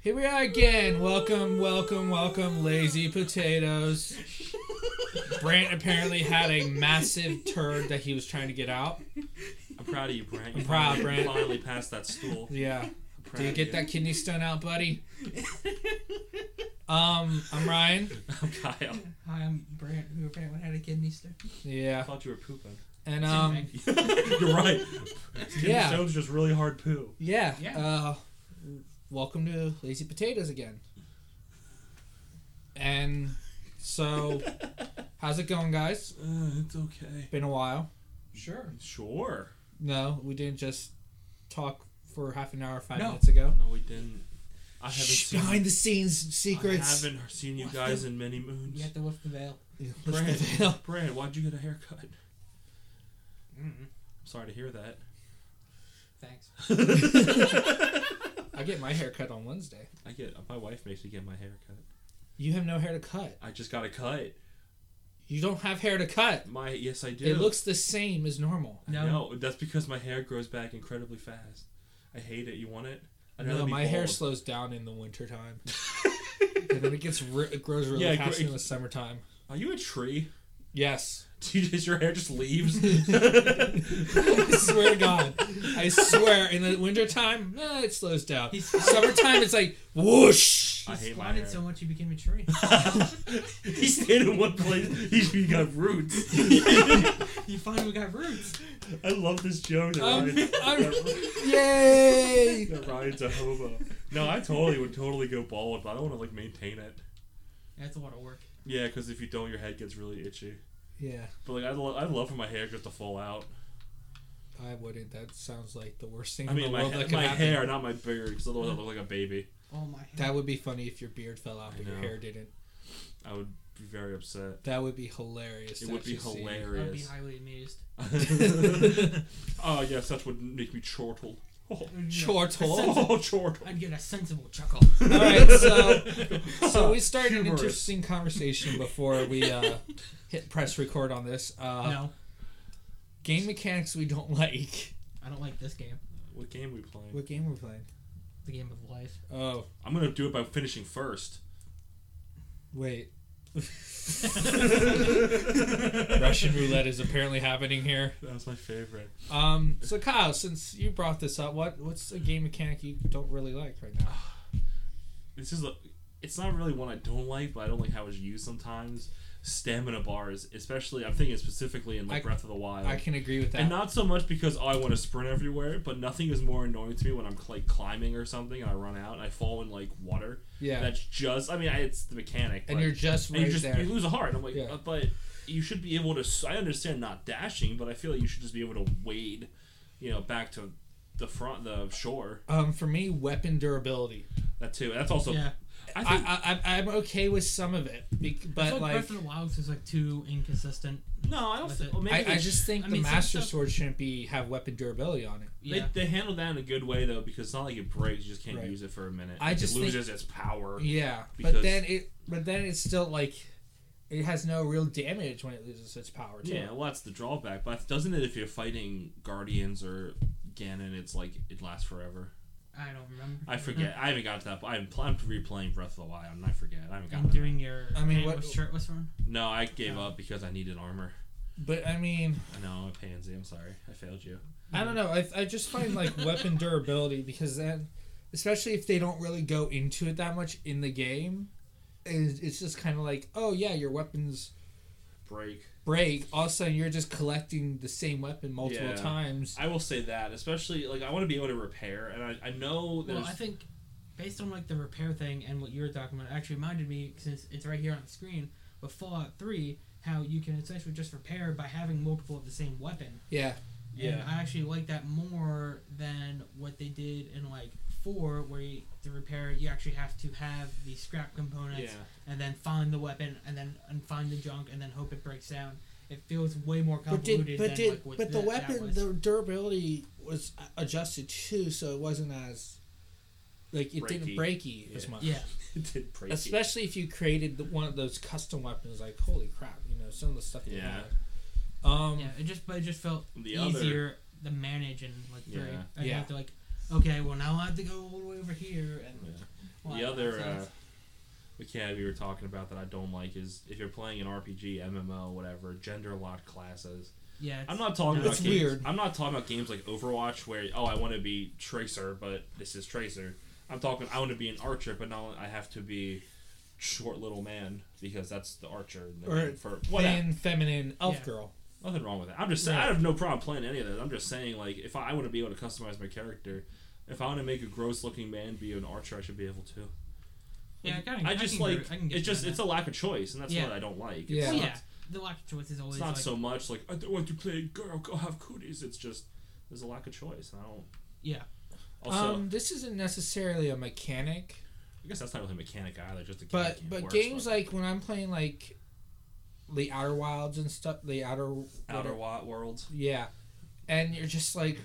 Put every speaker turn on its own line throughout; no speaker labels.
Here we are again. Welcome, welcome, welcome, lazy potatoes. Brant apparently had a massive turd that he was trying to get out.
I'm proud of you, Brent.
I'm proud,
finally-
Brent.
Finally passed that stool.
Yeah.
I'm proud
Did you
of
get that kidney stone out, buddy? Um, I'm Ryan.
I'm Kyle.
Hi, I'm Brant, who apparently had a kidney stone.
I
Yeah.
thought you were pooping.
And um
You're right.
Yeah.
Stone's just really hard poo.
yeah.
Yeah.
Uh welcome to Lazy Potatoes again. And so how's it going guys?
Uh, it's okay.
Been a while.
Sure.
Sure.
No, we didn't just talk for half an hour five
No.
minutes ago.
No, we didn't. I haven't
Shh,
seen.
behind the scenes secrets.
I haven't seen you
What
guys
the-
in many moons.
You have to lift the veil.
Yeah, push the
Brand,
veil.
Brand, why'd you get a haircut? Mm-hmm. Sorry to hear that.
Thanks.
I get my hair cut on Wednesday.
I get my wife makes me get my hair cut.
You have no hair to cut.
I just got a cut.
You don't have hair to cut.
My yes, I do.
It looks the same as normal.
no.
No.
that's because my hair grows back incredibly fast. I hate it. You want it? I'd rather
No,
be
my hair
bald.
slows down in the wintertime. and then it gets re- it grows really
Yeah, it
fast
gr-
in the summertime.
Are you a tree?
Yes.
Do you, does your hair just leaves?
I swear to God. I swear in the wintertime, eh, it slows down.
He's-
Summertime it's like whoosh.
I
He
hate my hair.
squatted so much he became a tree.
he stayed in one place. He's he got roots.
you finally got roots.
I love this joke. That
Um,
Ryan-
I'm-
that-
Yay!
that Ryan's a hobo. No, I totally would totally go bald, but I don't want to like maintain it.
That's a lot of work.
Yeah, because if you don't, your head gets really itchy.
Yeah,
But like, I lo- I love for my hair just to fall out.
I wouldn't. That sounds like the worst thing
I mean,
in the
my,
world
ha-
that could
my
happen.
hair, not my beard, because otherwise I look like a baby.
Oh my.
That would be funny if your beard fell out,
I
but your
know.
hair didn't.
I would be very upset.
That would be hilarious.
It
to
would be
actually see.
I would be
hilarious.
highly amused.
oh yes, that would make me chortle. Oh,
Short hole.
oh chortle.
I'd get a sensible chuckle.
All right, so so we started an
Humorous.
interesting conversation before we uh, hit press record on this. Uh,
no,
Game mechanics we don't like.
I don't like this game.
What game we playing?
What game we're playing?
The game of life.
Oh
I'm gonna do it by finishing first.
wait, Russian roulette is apparently happening here.
That was my favorite.
Um, so Kyle, since you brought this up, what what's a game mechanic you don't really like right now?
This is a, it's not really one I don't like, but I don't like how it's used sometimes. Stamina bars, especially I'm thinking specifically in
I-
like Breath of the Wild.
I can agree with that.
Uh, And not so much because oh, I want to sprint everywhere, but nothing is more annoying to me when I'm like climbing or something and I run out and I fall in like water.
yeah,
That's just I mean I, it's the mechanic.
and
but-
you're just
and
right
you just
there.
you lose a heart. I'm like,
Yeah.
uh, but you should be able to. s- I understand not dashing, but I feel like you should just be able to wade, you know, back to the front, the shore.
Um, for me, weapon durability.
That too. That's also.
yeah,
I think
I, I, I I'm okay with some of it, bec-
I feel
but
like
like
Breath of the Wild is like too inconsistent.
no, I don't.
With
Think,
it.
well, maybe
I,
they,
I just think
I
the
mean, some
master
stuff-
sword shouldn't be have weapon durability on it.
they,
Yeah,
they handle that in a good way though, because it's not like it breaks. You just can't
Right.
use it for a minute.
I
Like,
just
it
think-
loses its power.
Yeah, but
Because-
then it but then it's still like it has no real damage when it loses its power. Too.
Yeah, well, that's the drawback. But doesn't it if you're fighting guardians or Ganon, it's like it lasts forever.
I don't remember.
I forget. I haven't got to that. I'm, pl- I'm replaying Breath of the Wild, and I forget. I haven't
I'm
got.
doing your.
I mean, what-
was shirtless one?
No, I gave
Oh.
up because I needed armor.
But I mean,
I know I'm a pansy. I'm sorry. I failed you.
I don't know. I I just find like weapon durability because then, especially if they don't really go into it that much in the game, it's, it's just kind of like oh yeah, your weapons
Break.
break. All of a sudden, you're just collecting the same weapon multiple
Yeah.
times.
I will say that, especially like I want to be able to repair, and I, I know there's
Well, I think based on like the repair thing and what you were talking about, it actually reminded me since it's right here on the screen with Fallout Three, how you can essentially just repair by having multiple of the same weapon.
Yeah,
yeah.
And I actually like that more than what they did in like four, where you, to repair you actually have to have the scrap components
yeah,
and then find the weapon and then and find the junk and then hope it breaks down. It feels way more
but
convoluted
did but
than
did
like what
but the
that- that
weapon
was.
the durability was adjusted too, so it wasn't as like it didn't
Breaky.
breaky as
Yeah.
much.
yeah.
it did break. it.
especially if you created the, one of those custom weapons like holy crap you know some of the stuff they
Yeah.
have. um
Yeah, it just but it just felt
The other-
easier to manage and like three.
Yeah.
I
Yeah.
have to like, okay, well now I have to go all the way over here and
Yeah.
Well,
the
I-
other
so
uh,
it's-
mechanic we were talking about that I don't like is if you're playing an RPG, MMO, whatever, gender locked classes.
yeah, it's,
I'm not talking
no,
about
It's
games.
weird.
I'm not talking about games like Overwatch where oh I want to be Tracer but this is Tracer. I'm talking I want to be an archer but now I have to be short little man because that's the archer in the
Or
game for whatever.
Thin, feminine, elf
Yeah.
girl.
Nothing wrong with that. I'm just saying
Right.
I have no problem playing any of that. I'm just saying like if I, want to be able to customize my character, if I want to make a gross looking man be an archer, I should be able to.
Yeah, I, kinda,
I
I
just
can agree-
like
I can get
it's just
behind
it's a lack of choice, and that's
Yeah.
what I don't like. It's
Yeah.
that.
not,
Well, yeah. The lack of choice is always
it's not
like,
so much like I don't want to play girl, go have cooties. It's just there's a lack of choice, and I don't.
yeah.
Also,
um, this isn't necessarily a mechanic,
I guess that's not really a mechanic either, just a game
but
that
but
works,
games like when I'm playing like the Outer Wilds and stuff, the Outer
Outer Wa- Worlds.
Yeah, and you're just like,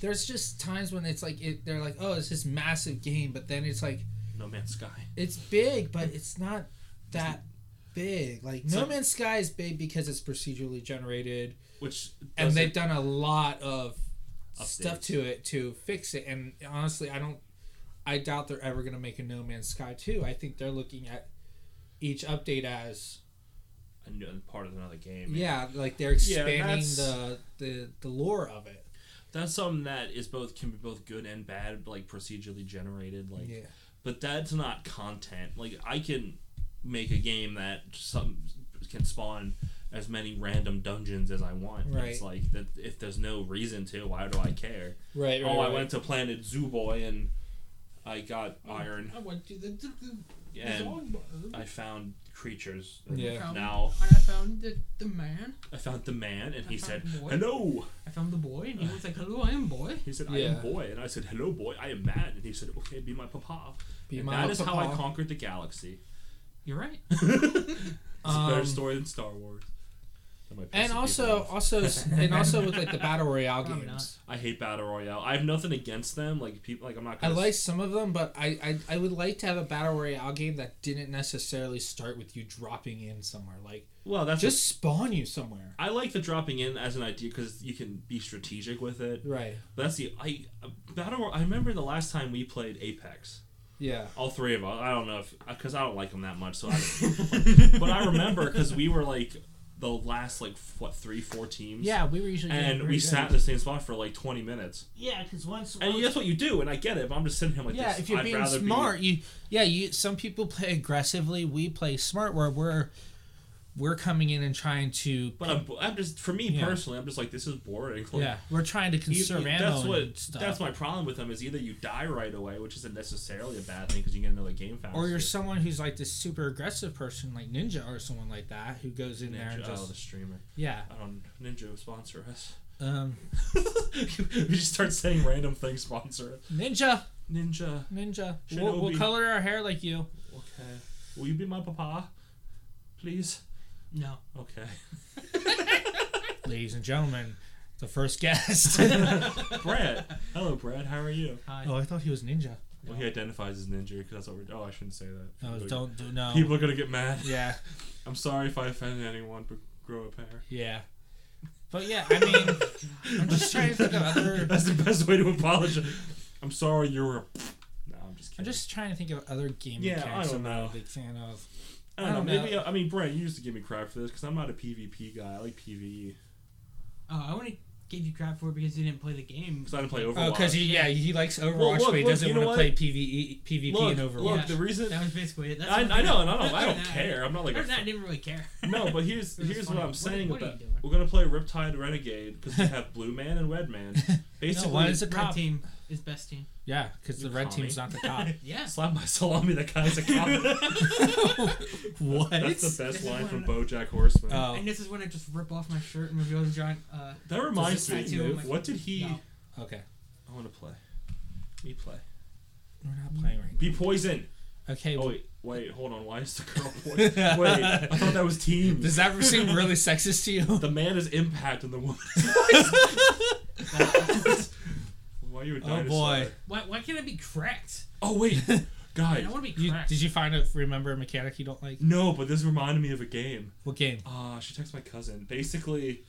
there's just times when it's like it, they're like, oh, it's this massive game, but then it's like
No Man's Sky.
it's big, but it's not that big. Like
It's
No
like-
Man's Sky is big because it's procedurally generated,
Which
and they've
doesn't-
done a lot of stuff
Updates.
to it to fix it. And honestly, I don't, I doubt they're ever gonna make a No Man's Sky two. I think they're looking at each update as
a new- part of another game.
yeah, like they're
Yeah,
expanding
that's-
the, the the lore of it.
that's something that is both can be both good and bad, like procedurally generated. Like,
Yeah.
but that's not content. Like, I can make a game that some can spawn as many random dungeons as I want. And It's
Right.
like that if there's no reason to, why do I care?
Right.
oh, I went to Planet Zoo Boy and I got iron
I went to the, the, the,
and
dog
I found creatures.
Yeah.
Now
and I found the, the man.
I found the man and
I
he said,
found the boy.
"Hello."
I found the boy, and
Uh.
he was like, "Hello, I am boy."
He said, "I
Yeah.
am boy," and I said, "Hello, boy. I am Matt." And he said, "Okay, be my papa."
Be
and
my
that is how I
papa.
conquered the galaxy.
You're right.
it's a better
Um,
story than Star Wars. That might piss
And
some
also,
people off.
also, and also with like the battle royale
Probably
games,
I hate battle royale. I have nothing against them. Like people, like I'm not.
I
Gonna
like some of them, but I, I I would like to have a battle royale game that didn't necessarily start with you dropping in somewhere, like
Well, that's just.
just spawn you somewhere.
I like the dropping in as an idea because you can be strategic with it.
Right.
But that's the I battle. Ro- I remember the last time we played Apex.
Yeah.
All three of us. I don't know if because I don't like them that much. So, I but I remember because we were like the last like what three four teams.
Yeah, we were usually doing
And
pretty
we
good.
sat in the same spot for like 20 minutes.
Yeah, because once.
And that's what you do, and I get it, but I'm just sitting here like
Yeah,
this.
if you're
I'd
being
rather be-
smart, you yeah, you some people play aggressively. We play smart, where we're we're coming in and trying to
But I'm, I'm just for me
Yeah.
personally, I'm just like this is boring. Like,
yeah, we're trying to
you-
conserve ammo
that's what
and stuff.
that's my problem with them is either you die right away, which isn't necessarily a bad thing because you get another game faster.
or you're someone who's like this super aggressive person, like Ninja or someone like that, who goes in there
Ninja,
and
oh, the
just
streamer.
yeah.
I don't Ninja sponsor us.
Um,
we just start saying random things. Sponsor us.
ninja,
Ninja.
ninja. We'll, we'll
Shinobi.
color our hair like you.
Okay. Will you be my papa, please?
No.
Okay.
Ladies and gentlemen, the first guest.
Brad. Hello, Brad. How are you?
Hi.
oh, I thought he was ninja.
Well, he identifies as ninja because that's what we're. Oh, I shouldn't say that.
No,
People are-
don't do no.
People are gonna get mad.
Yeah,
I'm sorry if I offended anyone, but grow a pair.
yeah. But yeah, I mean, I'm just trying to think of other.
That's the best way to apologize. I'm sorry you were. A... No, I'm just
I'm
kidding.
just trying to think of other game
Yeah, I
mechanics
don't
I'm not
know.
a big fan of.
I don't,
I don't
know. Maybe
know.
I mean, Brent, you used to give me crap for this because I'm not a PvP guy. I like E PVE
Oh, I want to give you crap for it because you didn't play the game.
because I didn't play Overwatch.
Oh, because yeah, he likes Overwatch,
look,
but he
look,
doesn't
you know
want to play E, PVE, PvP
look,
and Overwatch.
look,
Yeah.
the reason
That was basically it. That's
I,
what
I know, and I
did.
don't, I don't
Nah,
care. I'm not like
other
a
than that, I didn't really care.
no, but here's
It was
here's
funny.
what I'm
What-
saying
what are
about
you doing?
we're gonna play Riptide Renegade because we have Blue Man and Red Man. Basically,
why is it-
Red
Cop.
team is best team.
Yeah, because the
You
red
commie.
team's not the cop.
Yeah.
slap my salami. That guy's a cop.
what?
That's the
This
best
is
line from
when-
BoJack Horseman.
Oh.
And this is when I just rip off my shirt and reveal the giant. Uh,
that reminds
does it
me.
tattoo on Oh my-
What did he?
No.
Okay.
I want to play. Me play.
We're not playing right
Be poison.
now. Okay.
Oh wait, wait, hold on. Why is the girl poison? wait, I thought that was team.
Does that seem really sexist to you?
the man is impact and the woman. Why are you a dinosaur?
Oh boy.
why, why can't I be cracked?
Oh wait,
I
guys.
don't want to be
You,
cracked.
did you find a remember a mechanic you don't like?
No, but this reminded me of a game. Ah,
What game?
Uh, she texted my cousin. Basically,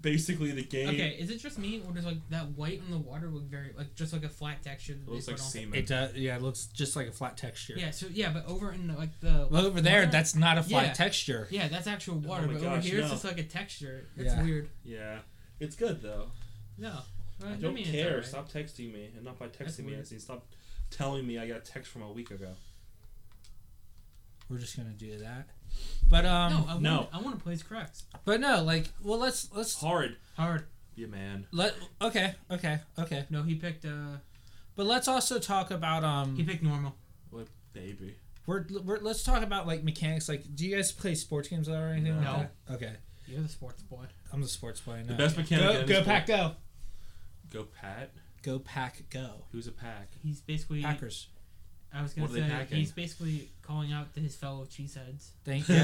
basically the game.
Okay, is it just me or does like that white on the water look very like just like a flat texture? That
It
they
looks like
put on?
semen.
It does. Yeah, it looks just like a flat texture.
Yeah. So yeah, but over in the, like the
Well, over there,
water-
that's not a flat
Yeah.
texture.
yeah, that's actual water.
Oh my
but over
gosh,
here, it's
no.
just like a texture. It's
Yeah.
weird.
yeah, it's good though.
No.
I don't care. Stop texting me, and not by
That's
texting me,
weird.
as in stop telling me I got a text from a week ago.
We're just gonna do that. But um,
no, I want,
no.
I want to play as Crux.
but no, like, well, let's let's
Horrid.
Hard.
Be a man.
let okay, okay, okay.
No, he picked. uh
But let's also talk about
He
um,
picked normal.
What baby?
we're, we're let's talk about like mechanics. Like, do you guys play sports games or anything? like
No.
that? Okay,
You're the sports boy.
I'm the sports boy. No.
The best mechanic. in
go
any
go
sport-
pack go.
Go Pat.
Go pack go.
Who's a pack?
He's basically.
Packers.
I was gonna
What are they
say
packing?
he's basically calling out to his fellow cheeseheads.
Thank you.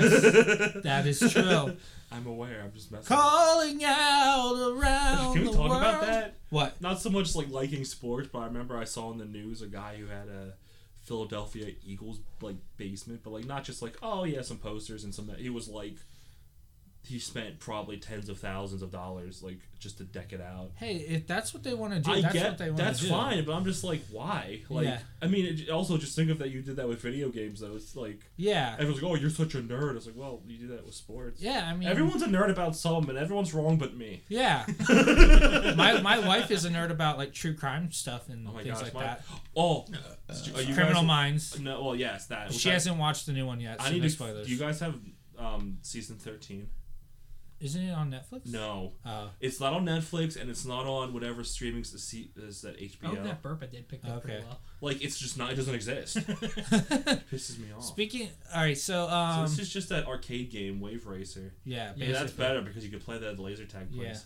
that is true.
I'm aware. I'm just messing.
Calling out around
Can we
the
talk
world.
about that?
What?
Not so much like liking sports, but I remember I saw in the news a guy who had a Philadelphia Eagles like basement, but like not just like oh yeah some posters and some. He was like he spent probably tens of thousands of dollars like just to deck it out.
Hey, if that's what they want to do,
I
that's
get
what they want
that's
to do.
fine, but I'm just like why? Like
Yeah.
I mean, it, also just think of that you did that with video games though. It's like
Yeah.
everyone's like oh you're such a nerd. It's like well you do that with sports.
Yeah, I mean
Everyone's a nerd about some, and everyone's wrong but me.
Yeah. my my wife is a nerd about like true crime stuff and
Oh my
things
gosh,
like
my-
that.
Oh, did you- are you
Criminal
guys-
Minds.
No, well, yes, that. which
She
I-
hasn't watched the new one yet. So
I need
no
to.
spoilers.
Do you guys have um, season thirteen?
Isn't it on Netflix?
No,
Oh,
it's not on Netflix, and it's not on whatever streaming s- se- is that
I hope
HBO.
Oh, that burp I did picked up
Okay.
pretty well. Oh,
Like, it's just not. It doesn't exist. pisses me off.
speaking. All right, so
so
um,
this is just that arcade game, Wave Racer.
yeah,
Yeah,
Yeah, that's
basically.
better because you can play that at the laser tag place.
Yeah.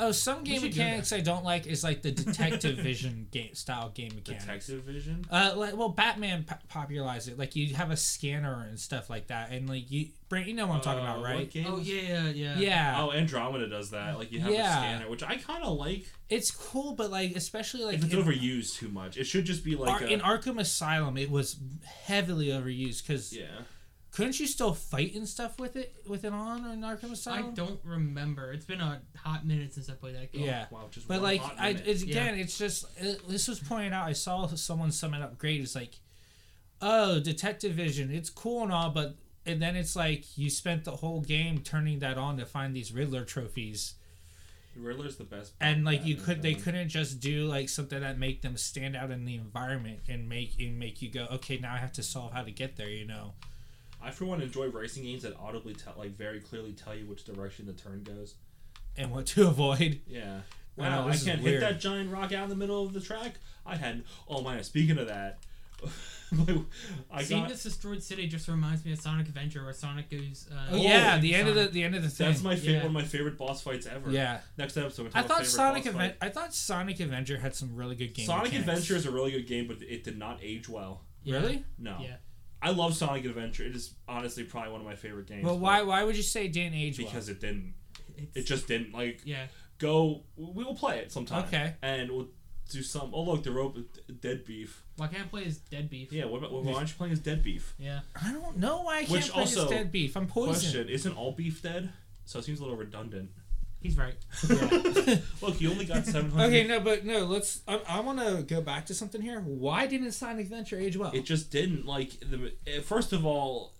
Oh, some game
should do that.
mechanics I don't like is like the detective vision game style game mechanics.
Detective Vision.
Uh, like, well, Batman p- popularized it. Like you have a scanner and stuff like that, and like you, Brent, you know what I'm talking
Uh,
about,
what
right?
game?
Oh yeah, yeah, yeah.
Yeah,
Oh, Andromeda does that. Like you have
Yeah.
a scanner, which I kind of like.
it's cool, but like especially like
if it's
in,
overused too much, it should just be like uh,
Ar-
a,
in Arkham Asylum, it was heavily overused because
yeah.
couldn't you still fight and stuff with it with it on in Arkham
I
Asylum?
don't remember. It's been a hot minute since I played that game.
Yeah.
Wow, just
But
one
like,
hot
I
minute.
it's, again, it's just it, this was pointed out. I saw someone sum it up great. It's like, oh, Detective Vision, it's cool and all, but and then it's like you spent the whole game turning that on to find these Riddler trophies,
Riddler's the best.
and like you
Batman
could they
villain.
couldn't just do like something that make them stand out in the environment and make and make you go, okay, now I have to solve how to get there. You know,
I for one enjoy racing games that audibly tell, like very clearly tell you which direction the turn goes.
and what to avoid.
Yeah.
Wow,
Wow, I
this is
can't hit
weird.
that giant rock out in the middle of the track. I had. Oh my! Speaking of that, I
Seeing
got.
this destroyed city just reminds me of Sonic Adventure, where Sonic goes. Uh,
Oh, yeah,
Sonic-
the end of the the end of the thing.
That's my favorite.
Yeah.
One of my favorite boss fights ever.
yeah.
Next episode. we're
I
talking about
thought
favorite
Sonic
boss
Aven-
fight.
I thought Sonic Adventure had some really good game.
Sonic
mechanics.
Adventure is a really good game, but it did not age well.
Yeah.
Really?
No.
Yeah.
I love Sonic Adventure. It is honestly probably one of my favorite games.
Well,
but-
why why would you say it didn't age well?
Because it didn't.
It's,
It just didn't. Like
yeah.
go. We will play it sometime.
Okay.
And we'll do some. Oh look, the rope, dead beef.
Why can't I play as Dead Beef?
Yeah. What about? Why aren't you playing as dead beef?
Yeah.
I don't know why I can't
Which
play
also-
this dead beef. I'm poisoned.
Question: Isn't all beef dead? So it seems a little redundant.
He's right.
Look, you only got seven hundred.
Okay, no, but no. Let's. I, I want to go back to something here. Why didn't Sonic Adventure age well?
It just didn't like the. eh, First of all,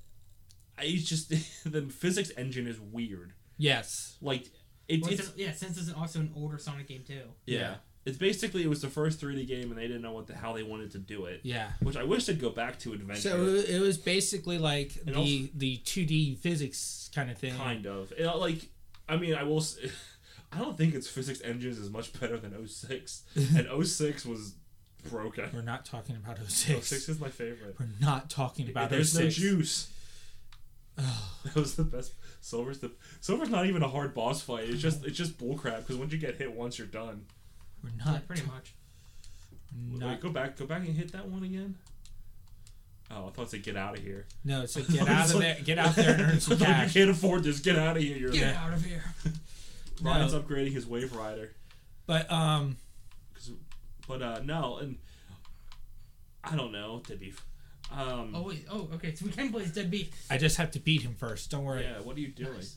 I it's just the physics engine is weird.
yes.
Like it,
Well,
it's
it's an- yeah. Since it's an- also an older Sonic game too.
yeah.
yeah.
It's basically it was the first 3D game and they didn't know what the how they wanted to do it.
Yeah.
Which I wish they'd go back to adventure.
So it, it was basically like the
also-
the 2D physics kind of thing.
kind of It, like i mean i will s- i don't think its physics engines is much better than 06 and 06 was broken
We're not talking about
06
06.
Oh, is my favorite
We're not talking about
there's
06.
no juice that was the best silver's the silver's not even a hard boss fight it's just it's just bullcrap because once you get hit once you're done
We're
Yeah,
not.
pretty much.
Wait,
not
go back go back and hit that one again oh i thought it said get out of here
no, it's like get
I
out
was
of
like-
there. Get out there and earn some
I thought,
cash.
you can't afford this get out of here you're
Get out of here.
ryan's
No.
upgrading his wave rider
But um,
'Cause- but uh no and i don't know to be um
Oh wait. Oh okay. So we can play as Dead Beef.
I just have to beat him first. Don't worry.
yeah what are you doing
Nice.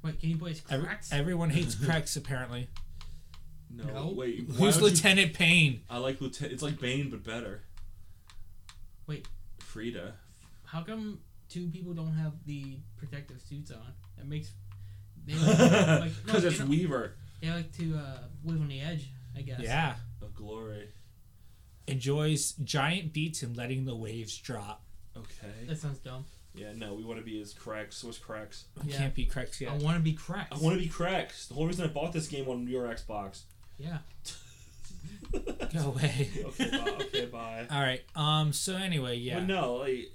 What Game Boy is
Every,
cracks?
everyone hates Cracks apparently.
No,
No.
wait. why
Who's
would you-
Lieutenant Payne?
I like Lieutenant. It's like Bane, but better.
Wait.
Frida.
How come two people don't have the protective suits on? That makes they like, like, no,
Because
they
it's
don't-
Weaver
they like to uh, wave on the edge. I guess.
Yeah,
of Glory.
enjoys giant beats and letting the waves drop.
Okay.
That sounds dumb.
Yeah, no, we want to be as cracks. What's cracks?
We
Yeah.
Can't be Cracks
I
yet.
want to be cracks.
I want to be cracks. The whole reason I bought this game on your Xbox.
Yeah.
Go away.
Okay, bye. Okay, bye.
All right. Um. So anyway, yeah.
But no, like.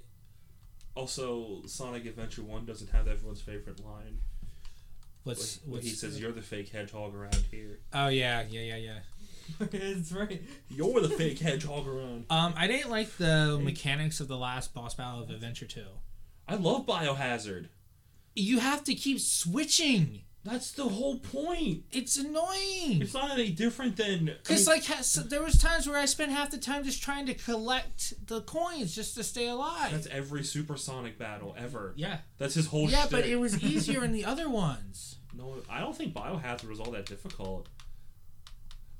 Also, Sonic Adventure One doesn't have everyone's favorite line.
What's
when
what's
he says, "You're the fake hedgehog around here."
Oh yeah, yeah, yeah, yeah.
That's right.
You're the fake hedgehog around.
Um, I didn't like the mechanics of the last boss battle of Adventure Two.
I love Biohazard.
You have to keep switching.
That's the whole point.
It's annoying.
It's not any different than. I
Cause
mean,
like ha- so there was times where I spent half the time just trying to collect the coins just to stay alive.
that's every supersonic battle ever.
Yeah.
That's his whole.
Yeah, but
shtick.
it was easier in the other ones.
No, I don't think Biohazard was all that difficult.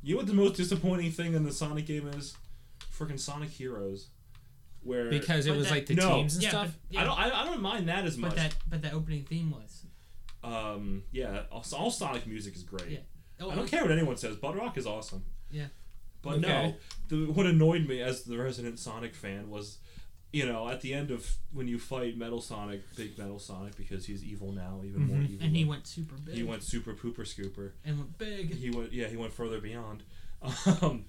You know what the most disappointing thing in the Sonic game is? Freaking Sonic Heroes, where
Because it
But
was
that-
like the
No.
teams and
yeah,
stuff.
But, yeah,
I don't, I, I don't mind that as
But
much.
that but that opening theme was.
um, yeah, all, all Sonic music is great.
Yeah. Oh,
I don't care what anyone says. Bud Rock is awesome.
Yeah.
But
Okay.
no, the, what annoyed me as the resident Sonic fan was, you know, at the end of when you fight Metal Sonic, Big Metal Sonic, because he's evil now, even more
Mhm.
evil.
Mm-hmm. And he went super big.
he went super pooper scooper.
and went big.
He went, yeah, he went further beyond. Um,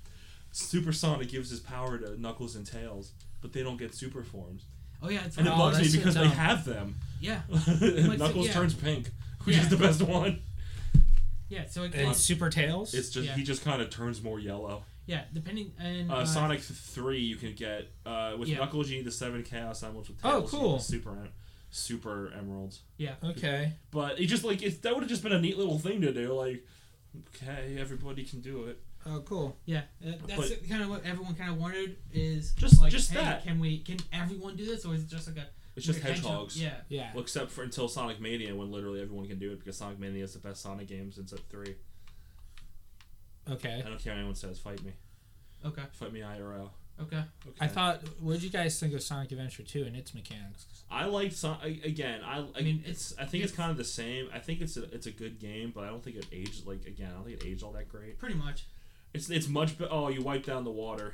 super Sonic gives his power to Knuckles and Tails, but they don't get super forms,
Oh yeah, it's
and
right.
it
Oh,
bugs me
that's so
because they
dumb.
have them.
yeah, it-
Knuckles
yeah.
turns pink, which
Yeah.
is the best one.
yeah. So it,
And Super Tails.
It's just
Yeah.
he just kind of turns more yellow.
yeah, depending and
Uh,
uh,
Sonic Three, you can get uh, with
Yeah.
Knuckles. You need the seven Chaos Emeralds with
Oh,
Tails. you
cool.
get the Super em- Super Emeralds.
Yeah, uh,
okay.
But it just like it's that would have just been a neat little thing to do. Like, okay, everybody can do it.
Oh, cool.
yeah. Uh, that's
But-
kind of what everyone kind of wondered is
Just-
like,
just
hey,
that.
Can we? Can everyone do this, or is it just like a?
It's just
like a hedgehog?
hedgehogs.
Yeah,
Yeah.
Well, except for until Sonic Mania, when literally everyone can do it because Sonic Mania is the best Sonic game since at three. I
Okay.
don't care what anyone says. Fight me.
okay,
Fight me IRL.
okay.
Okay.
I thought. What did you guys think of Sonic Adventure Two and its mechanics?
I like Son- I- again. I, I mean,
mean, it's-
it's. I think it's,
it's-
kind of the same. I think it's a it's a good game, but I don't think it aged like again. I don't think it aged all that great.
Pretty much.
It's it's much. Be- oh, you wipe down the water.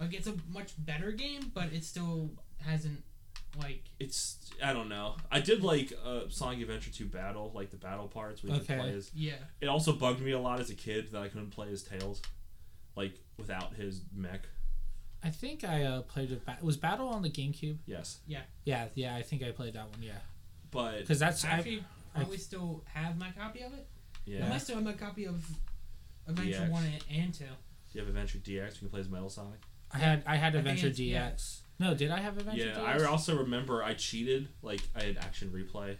Like it's a much better game, but it still hasn't like.
It's I don't know. I did like uh, Sonic Adventure Two Battle, like the battle parts we could
Okay.
play as.
Yeah,
It also bugged me a lot as a kid that I couldn't play as Tails, like without his mech.
I think I uh, played it. Ba- was Battle on the GameCube?
Yes,
Yeah, yeah. I think I played that one. Yeah,
but
because that's
I
I,
actually probably still have my copy of it. I
yeah,
might still have my copy of Adventure
DX.
One and, and Two.
you have Adventure DX. You can play as Metal Sonic.
I had I had
I think
Adventure
it's-
DX.
yeah.
No, did I have Adventure
yeah,
DX?
I also remember I cheated. Like I had Action Replay.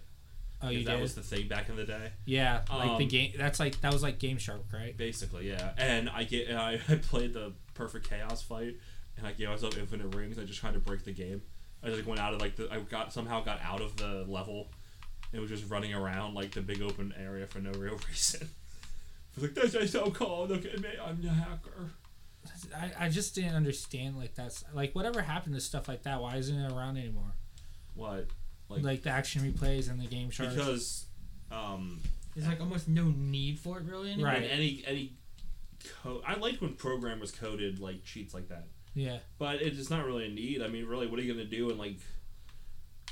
oh,
'cause
you
that
did.
was the thing back in the day.
yeah, like the
Um,
game. That's like that was like Game Shark, right?
Basically, yeah. And I get and I, I played the perfect chaos fight, and I gave myself infinite rings. I just tried to break the game. I just went out of like the I got somehow got out of the level, and was just running around like the big open area for no real reason. I was like, "This is so cold. Look at me, I'm the hacker."
I, I just didn't understand like that's like whatever happened to stuff like that. Why isn't it around anymore?
What? Like,
Like, the action replays and the Game Shark.
because um,
There's like almost no need for it really anymore.
Right.
when any any code. I liked when programmers coded like cheats like that.
yeah,
But it's not really a need. I mean, really, what are you gonna do in like,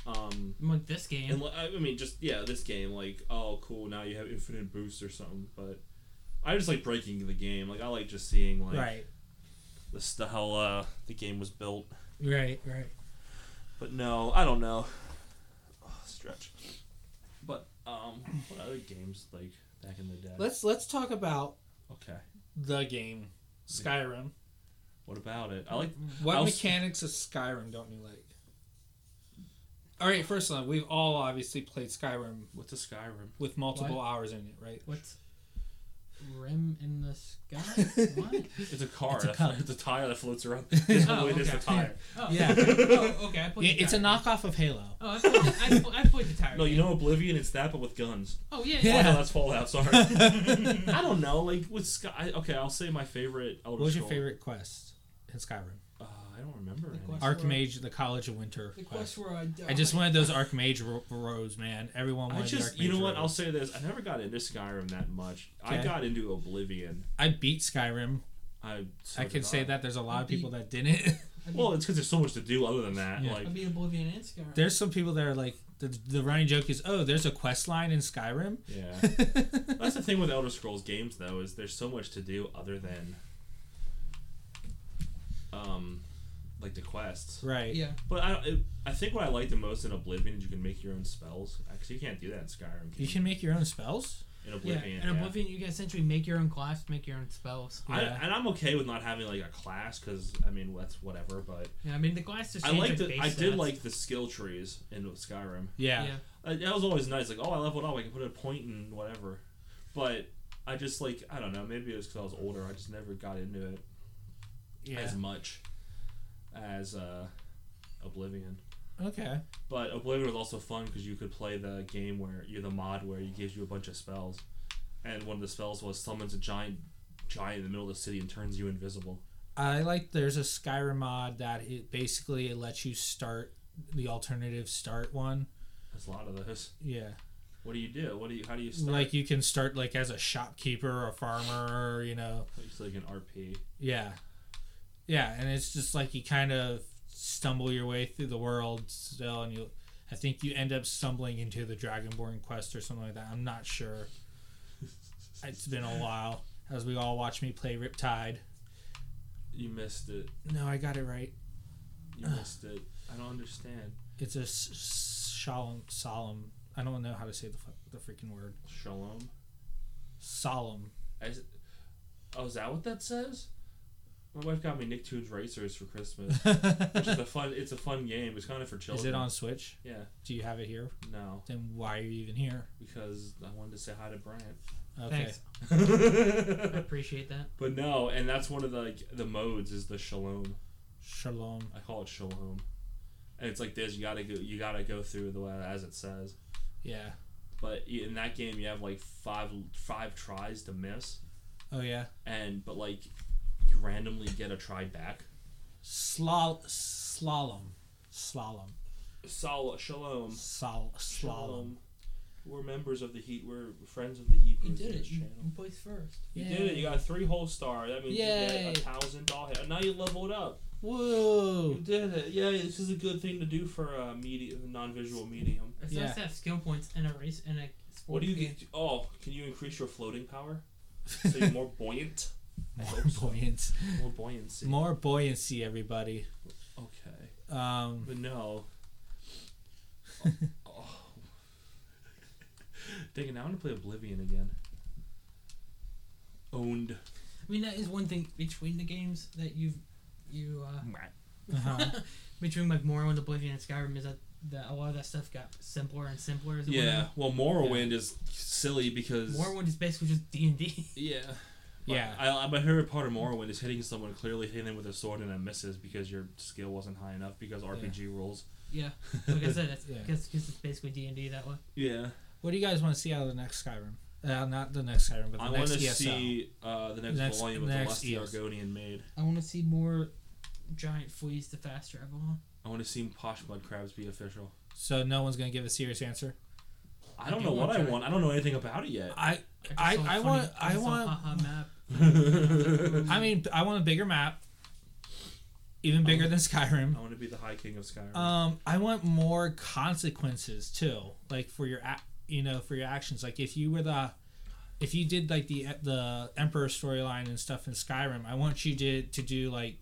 um,
Like this game.
and li- I I mean, just yeah, this game, like, oh, cool, now you have infinite boost or something. But I just like breaking the game. Like, I like just seeing like
right,
the st- how uh, the game was built.
right, right.
But no, I don't know. Oh, stretch. But um, what other games like back in the day?
Let's let's talk about
okay.
the game Skyrim.
What about it? I like
What
I'll s-
mechanics of Skyrim don't you like? All right, first of all, we've all obviously played Skyrim
what's a Skyrim?
with multiple
What?
hours in it, right?
What's rim in the sky? what?
It's a car.
It's a
that-
cup.
it's a tire that floats around. That's
Oh,
what it is,
okay.
a tire.
Oh,
Yeah.
oh, okay. I played
Yeah,
the
it's a
tire.
knockoff of Halo.
Oh, I played, I pl- I played the tire.
No, you
game.
know Oblivion. It's that, but with guns.
Oh yeah.
Yeah.
Oh, no, that's Fallout. Sorry. I don't know. Like with Sky. I- Okay, I'll say my favorite. Elder
What was your
Scroll-
favorite quest in Skyrim?
Uh, I don't remember.
The
any.
quest-
Archmage, the College of Winter.
The
quest.
quest where I.
I just wanted those Archmage ro- robes, man. Everyone
I
wanted the
just,
Archmage
you know what? I'll
robes.
say this. I never got into Skyrim that much. I
Okay.
got into Oblivion.
I beat Skyrim.
I. so
I can
did
say that there's a lot of
Beat.
people that didn't.
Well, it's because there's so much to do other than that.
Yeah.
Like,
I beat Oblivion and Skyrim.
there's some people that are like the, the running joke is, oh, there's a quest line in Skyrim.
yeah. That's the thing with Elder Scrolls games, though, is there's so much to do other than, um, like the quests.
right.
Yeah.
But I, it, I think what I like the most in Oblivion is you can make your own spells. Actually, you can't do that in Skyrim.
You can make your own spells.
in
Yeah.
Oblivion.
In Oblivion, you can essentially make your own class, make your own spells.
I,
Yeah.
and I'm okay with not having like a class because I mean that's whatever. But
Yeah, I mean the class just.
I
change
like
your
the
base
I did
stats.
like the skill trees in Skyrim.
Yeah.
Yeah.
Uh, that was always nice. Like, oh, I leveled up. I can put a point in whatever. But I just like I don't know. Maybe it was because I was older. I just never got into it
Yeah.
as much as uh, Oblivion.
Okay.
But Oblivion was also fun because you could play the game where you're the mod where it gives you a bunch of spells, and one of the spells was summons a giant giant in the middle of the city and turns you invisible.
I like there's a Skyrim mod that it basically it lets you start the alternative start one.
There's a lot of those.
Yeah.
What do you do? What do you? How do you start?
Like you can start like as a shopkeeper or a farmer, or, you know.
it's like an RP.
Yeah. Yeah, and it's just like you kind of stumble your way through the world still and you I think you end up stumbling into the Dragonborn quest or something like that. I'm not sure. It's been a while as we all watch me play Riptide.
You missed it.
No, I got it right.
You missed it. I don't understand.
It's a s- s- solemn, solemn. I don't know how to say the fu- the freaking word.
Shalom.
Solemn.
As, oh, is that what that says? My wife got me Nicktoons Racers for Christmas, which is a fun. It's a fun game. It's kind of for
Is
children.
it on Switch?
Yeah.
Do you have it here?
No,
Then why are you even here?
because I wanted to say hi to
Okay.
Thanks. I
Brant.
appreciate that.
but no, and that's one of the like, the modes is the shalom.
Shalom.
I call it shalom, and it's like this. You gotta go. You gotta go through the way as it says.
Yeah.
But you- in that game, you have like five five tries to miss,
Oh yeah.
and but like you randomly get a try back.
Slal slalom. Slalom.
Sol shalom.
Sol slalom.
Shalom. We're members of the Heat. We're friends of the Heat.
You
Brothers
did it.
News
You,
Channel.
you placed first.
You did it. You got three whole star. That means you
Yay.
get a thousand dollars. And now you leveled up. You
Whoa.
did it. Yeah, this is a good thing to do for a media, non-visual medium.
It's
Yeah.
nice to have skill points in a race in a sport.
What do you get? Oh, can you increase your floating power? So you're more buoyant. I
More
hope so.
buoyancy.
More buoyancy.
More buoyancy, everybody.
Okay.
Um.
But no. oh. Dang it! Now I want to play Oblivion again. Owned.
I mean, that is one thing between the games that you've you uh,
uh-huh.
between like Morrowind, Oblivion, and Skyrim is that, that a lot of that stuff got simpler and simpler. As it went
Yeah,
on.
well, Morrowind is silly because
Morrowind is basically just D and D.
yeah, But
Yeah.
I, I, my favorite part of Morrowind is hitting someone clearly hitting them with a sword and then misses because your skill wasn't high enough because RPG rules.
Yeah, like I said, that's
Yeah.
because it's basically D and D that way.
Yeah,
What do you guys want to see out of the next Skyrim? Uh, not the next Skyrim, but the
I want
next E
to
ESO.
see uh, the E next, E
Next-
volume of
next
the Lusty
ESO.
Argonian made.
I want to see more giant fleas to fast travel on.
I want to see Posh Mud Crabs be official.
So no one's gonna give a serious answer.
I don't
do
know what
want
I
that.
want. I don't know anything about it yet.
I
just
I-
saw a
I want- I
just saw a
want-
haha map.
I
I mean, I want a bigger map, even bigger than Skyrim.
want to be the High King of Skyrim.
Um, I want more consequences too, like for your ac- you know for your actions. Like if you were the if you did like the the Emperor storyline and stuff in Skyrim, I want you to to do like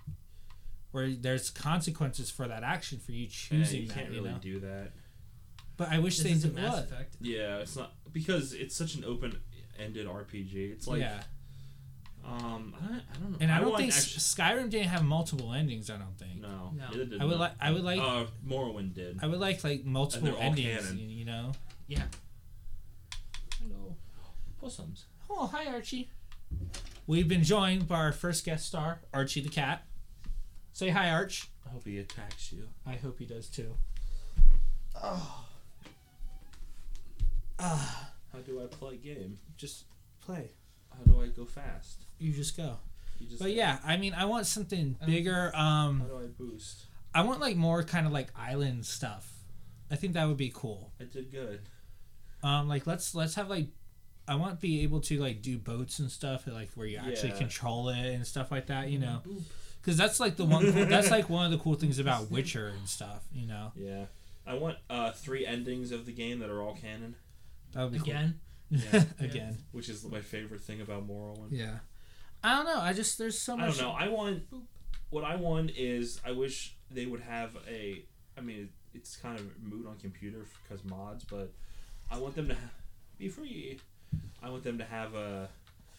where there's consequences for that action for you
yeah,
choosing
you
that.
can't
you
really
know,
do that.
but I wish
This
they
is a
did
Mass
what.
Effect.
Yeah, it's not because it's such an open-ended RPG. It's like
yeah,
Um, I don't, I don't know.
and I, don't
want
think
Extra,
S Skyrim didn't have multiple endings. I don't think.
no,
No.
neither did
I would
Mor-
like. I would like.
uh, Morrowind did.
I would like like multiple
all
endings.
canon.
You, you know.
Yeah.
Hello, possums.
Oh, hi Archie. We've been joined by our first guest star, Archie the Cat. Say hi, Arch.
I hope he attacks you.
I hope he does too.
How do I play game?
Just play.
How do I go fast?
You just go.
You just
But yeah, I mean, I want something
Um,
bigger. Um,
How do I boost?
I want like more kind of like island stuff. I think that would be cool.
I did good.
Um, like let's let's have like, I want to be able to like do boats and stuff, like where you actually
Yeah.
control it and stuff like that. Uh, You know,
Boop.
because that's like the one. Cool, that's like one of the cool things about Witcher and stuff. You know,
Yeah. I want uh, three endings of the game that are all canon,
that would be
Again,
cool.
Yeah.
Again,
which is my favorite thing about Morrowind.
yeah. I don't know. I just there's so
I
much.
don't know. I want what I want is I wish they would have a. I mean, it's kind of moot on computer because mods, but I want them to ha- be free. I want them to have a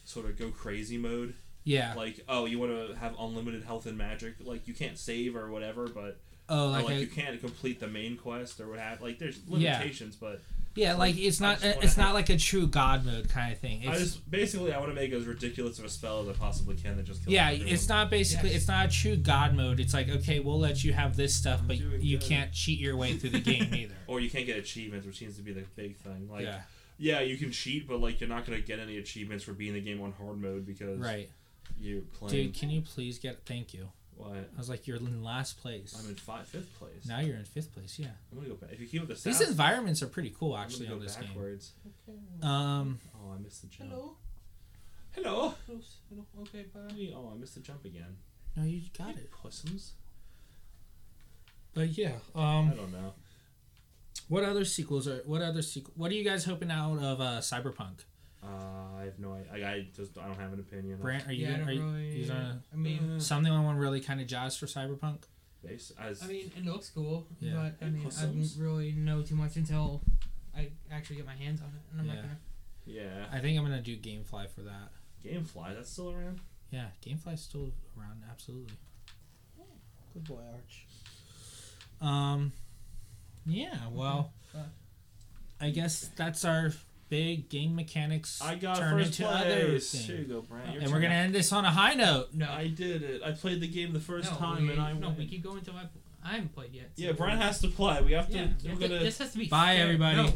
sort of go crazy mode.
Yeah.
Like, oh, you want to have unlimited health and magic. Like, you can't save or whatever, but
oh,
or, like,
like, a,
you can't complete the main quest or what have. Like, there's
Yeah.
limitations, but
yeah, like it's
I
not
just wanna
it's
have-
not like a true god mode kind of thing.
I
It's,
just basically I want to make as ridiculous of a spell as I possibly can that just kills
Yeah,
everyone.
it's not basically
Yes.
it's not a true god mode. It's like okay, we'll let you have this stuff,
I'm
but
doing
you
good.
can't cheat your way through the game either.
or you can't get achievements, which seems to be the big thing. Like,
yeah,
yeah, you can cheat, but like you're not gonna get any achievements for being the game on hard mode because
right,
you're playing.
dude. Can you please get? Thank you.
what?
I was like, you're in last place.
I'm in five, fifth place.
now you're in fifth place. Yeah,
I'm gonna go back. If you keep up the
these
sound,
environments are pretty cool
I'm
actually
gonna
on
go
this
backwards.
game. Um,
Oh, I missed the jump.
hello.
Hello.
Close. Hello. Okay, bye.
Oh, I missed the jump again.
no, you got
You
it.
Pussums.
But yeah,
I
um,
don't know.
what other sequels are? What other sequel? What are you guys hoping out of uh, Cyberpunk?
Uh, I have no idea. I, I just I don't have an opinion. Uh,
Brant, are you?
yeah, I
gonna-
don't
are you,
really.
you gonna-
I mean,
something I want really kind of jazz for Cyberpunk?
Base as
I mean, it looks cool,
Yeah.
but I
And
mean,
plus
I didn't
those.
really know too much until I actually get my hands on it, and I'm
Yeah.
not gonna.
yeah.
I think I'm gonna do GameFly for that.
Gamefly, that's still around.
Yeah, Gamefly's still around, absolutely. Good boy, Arch. Um, yeah, well,
Okay.
I guess that's our big game mechanics
I got
turn
first
into other
place. Here you
thing.
go, Brant. Your
And we're
turn.
gonna end this on a high note.
No,
I did it. I played the game the first
no,
time,
we,
and I
no,
won.
we keep going until I I haven't played yet. so-
Yeah, Brian has to play. We have to.
Yeah,
we're
th-
gonna.
this has to be.
Bye,
fair.
everybody.
No,